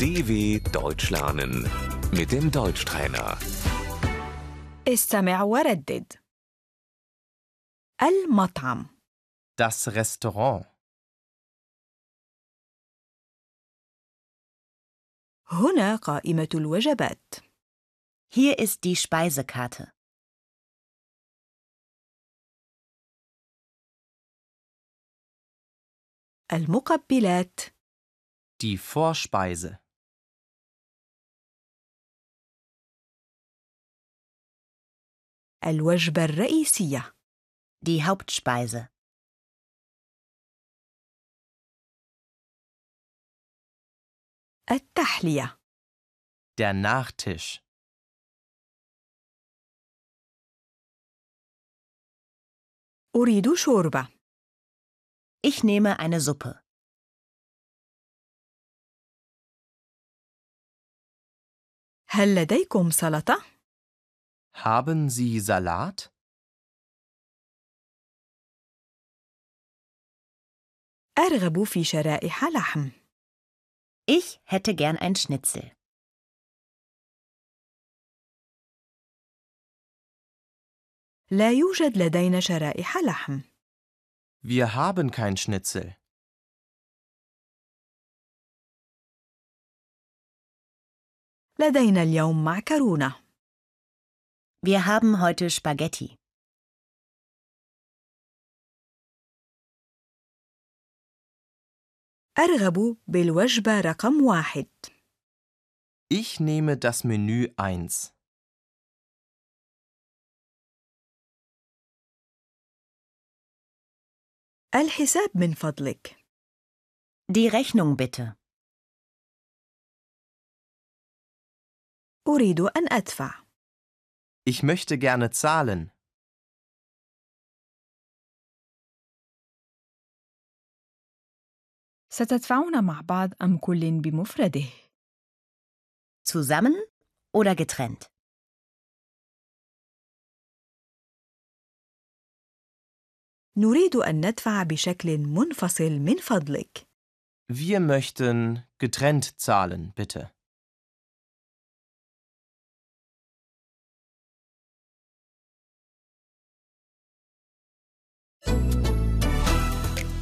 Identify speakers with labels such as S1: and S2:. S1: DW Deutsch lernen mit dem Deutschtrainer.
S2: استمع وردد المطعم
S3: Das Restaurant.
S2: هنا قائمة الوجبات
S4: Hier ist die Speisekarte.
S2: المقبلات
S3: Die Vorspeise.
S2: الوجبة الرئيسية
S4: Die Hauptspeise.
S2: التحلية
S3: Der Nachtisch.
S2: أريد شوربة
S4: Ich nehme eine Suppe.
S2: هل لديكم سلطة؟
S3: Haben Sie Salat?
S2: أرغب في شرائح لحم
S4: Ich hätte gern ein Schnitzel.
S2: لا يوجد لدينا شرائح لحم
S3: Wir haben kein Schnitzel.
S2: لدينا اليوم معكرونة
S4: Wir haben heute Spaghetti.
S2: أرغب بالوجبة رقم واحد
S3: Ich nehme das Menü 1.
S2: الحساب من فضلك
S4: Die Rechnung bitte.
S2: أريد أن أدفع
S3: Ich möchte gerne zahlen.
S5: ستدفعون مع بعض أم كل بمفرده؟
S4: Zusammen oder getrennt?
S2: نريد أن ندفع بشكل منفصل من فضلك
S3: Wir möchten getrennt zahlen, bitte.